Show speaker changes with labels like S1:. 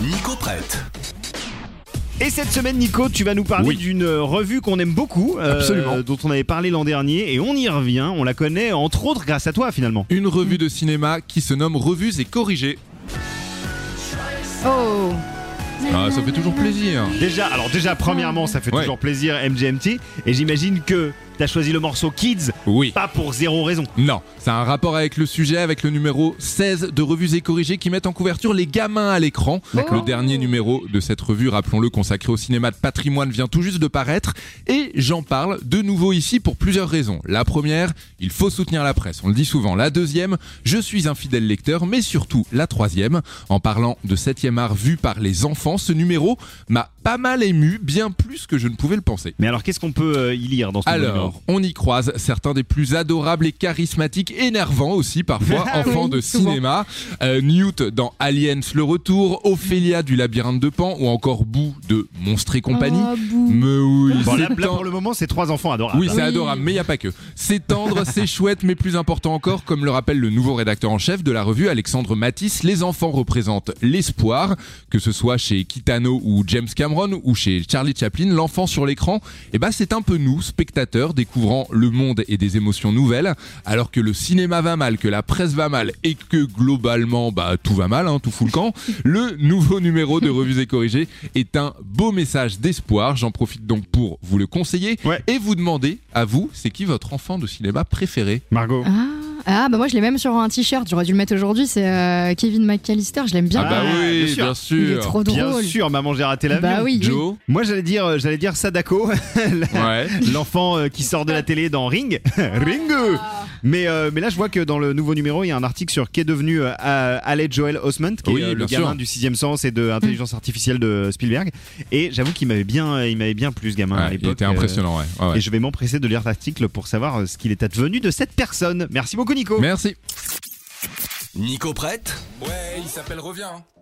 S1: Nico prête.
S2: Et cette semaine, Nico, tu vas nous parler
S3: Oui.
S2: d'une euh, revue qu'on aime beaucoup, euh,
S3: Absolument.
S2: dont on avait parlé l'an dernier, et on y revient. On la connaît entre autres grâce à toi finalement.
S3: Une revue de cinéma qui se nomme Revues et corrigées.
S4: Oh
S3: Ah, ça fait toujours plaisir.
S2: Déjà, alors déjà, premièrement, ça fait
S3: Ouais.
S2: toujours plaisir MGMT, et j'imagine que t'as choisi le morceau Kids,
S3: Oui.
S2: pas pour zéro raison.
S3: Non, c'est un rapport avec le sujet, avec le numéro 16 de Revues et Corrigées qui mettent en couverture les gamins à l'écran.
S4: D'accord.
S3: Le dernier numéro de cette revue, rappelons-le, consacré au cinéma de patrimoine, vient tout juste de paraître. Et j'en parle de nouveau ici pour plusieurs raisons. La première, il faut soutenir la presse, on le dit souvent. La deuxième, je suis un fidèle lecteur, mais surtout la troisième, en parlant de 7e art vu par les enfants, ce numéro m'a pas mal ému, bien plus que je ne pouvais le penser.
S2: Mais alors, qu'est-ce qu'on peut euh, y lire dans ce numéro
S3: Alors, on y croise certains des plus adorables et charismatiques, énervants aussi parfois,
S2: Ah
S3: enfants
S4: oui,
S3: de
S4: souvent.
S3: cinéma. Euh, Newt dans Aliens le Retour, Ophélia du Labyrinthe de Pan ou encore Boo de Monstre et compagnie.
S4: Oh, bouh.
S3: Mais oui,
S2: Bon, là,
S3: c'est
S2: là,
S3: ten-
S2: pour le moment, c'est trois enfants adorables.
S3: oui, c'est
S4: Oui.
S3: adorable, mais il n'y a pas que. C'est tendre, c'est chouette, mais plus important encore, comme le rappelle le nouveau rédacteur en chef de la revue, Alexandre Matisse, les enfants représentent l'espoir, que ce soit chez Kitano ou James Cameron ou chez Charlie Chaplin, l'enfant sur l'écran, eh ben, c'est un peu nous, spectateurs, découvrant le monde et des émotions nouvelles, alors que le cinéma va mal, que la presse va mal et que globalement, bah, tout va mal, hein, tout fout le camp. Le nouveau numéro de Revues et Corrigées est un beau message d'espoir. J'en profite donc pour vous le conseiller
S2: Ouais.
S3: et vous demander à vous, c'est qui votre enfant de cinéma préféré
S2: Margot.
S4: Ah, ah, bah moi je l'ai même sur un t-shirt, j'aurais dû le mettre aujourd'hui, c'est euh, Kevin McAllister, je l'aime bien.
S2: Ah bah oui, bien
S4: Il est trop
S2: Bien
S4: drôle.
S2: sûr, maman, j'ai raté l'avion.
S4: Bah oui, oui.
S3: Joe
S2: Moi, j'allais dire, euh, j'allais dire Sadako,
S3: Ouais.
S2: l'enfant euh, qui sort de la télé dans Ring. Ring mais, euh, mais là, je vois que dans le nouveau numéro, il y a un article sur qui est devenu euh, euh, Alec Joel Osment, qui
S3: Oui,
S2: est euh, le
S3: bien
S2: gamin
S3: sûr.
S2: du sixième sens et de intelligence artificielle de Spielberg. Et j'avoue qu'il m'avait bien, euh, il m'avait bien plu ce gamin à
S3: Ouais,
S2: l'époque.
S3: il était impressionnant, ouais. Ouais, ouais.
S2: euh, Et je vais m'empresser de lire l'article pour savoir euh, ce qu'il est advenu de cette personne. Merci beaucoup, Nico.
S3: Merci.
S1: Nico prête
S3: Ouais, Eh, il s'appelle hein. Reviens.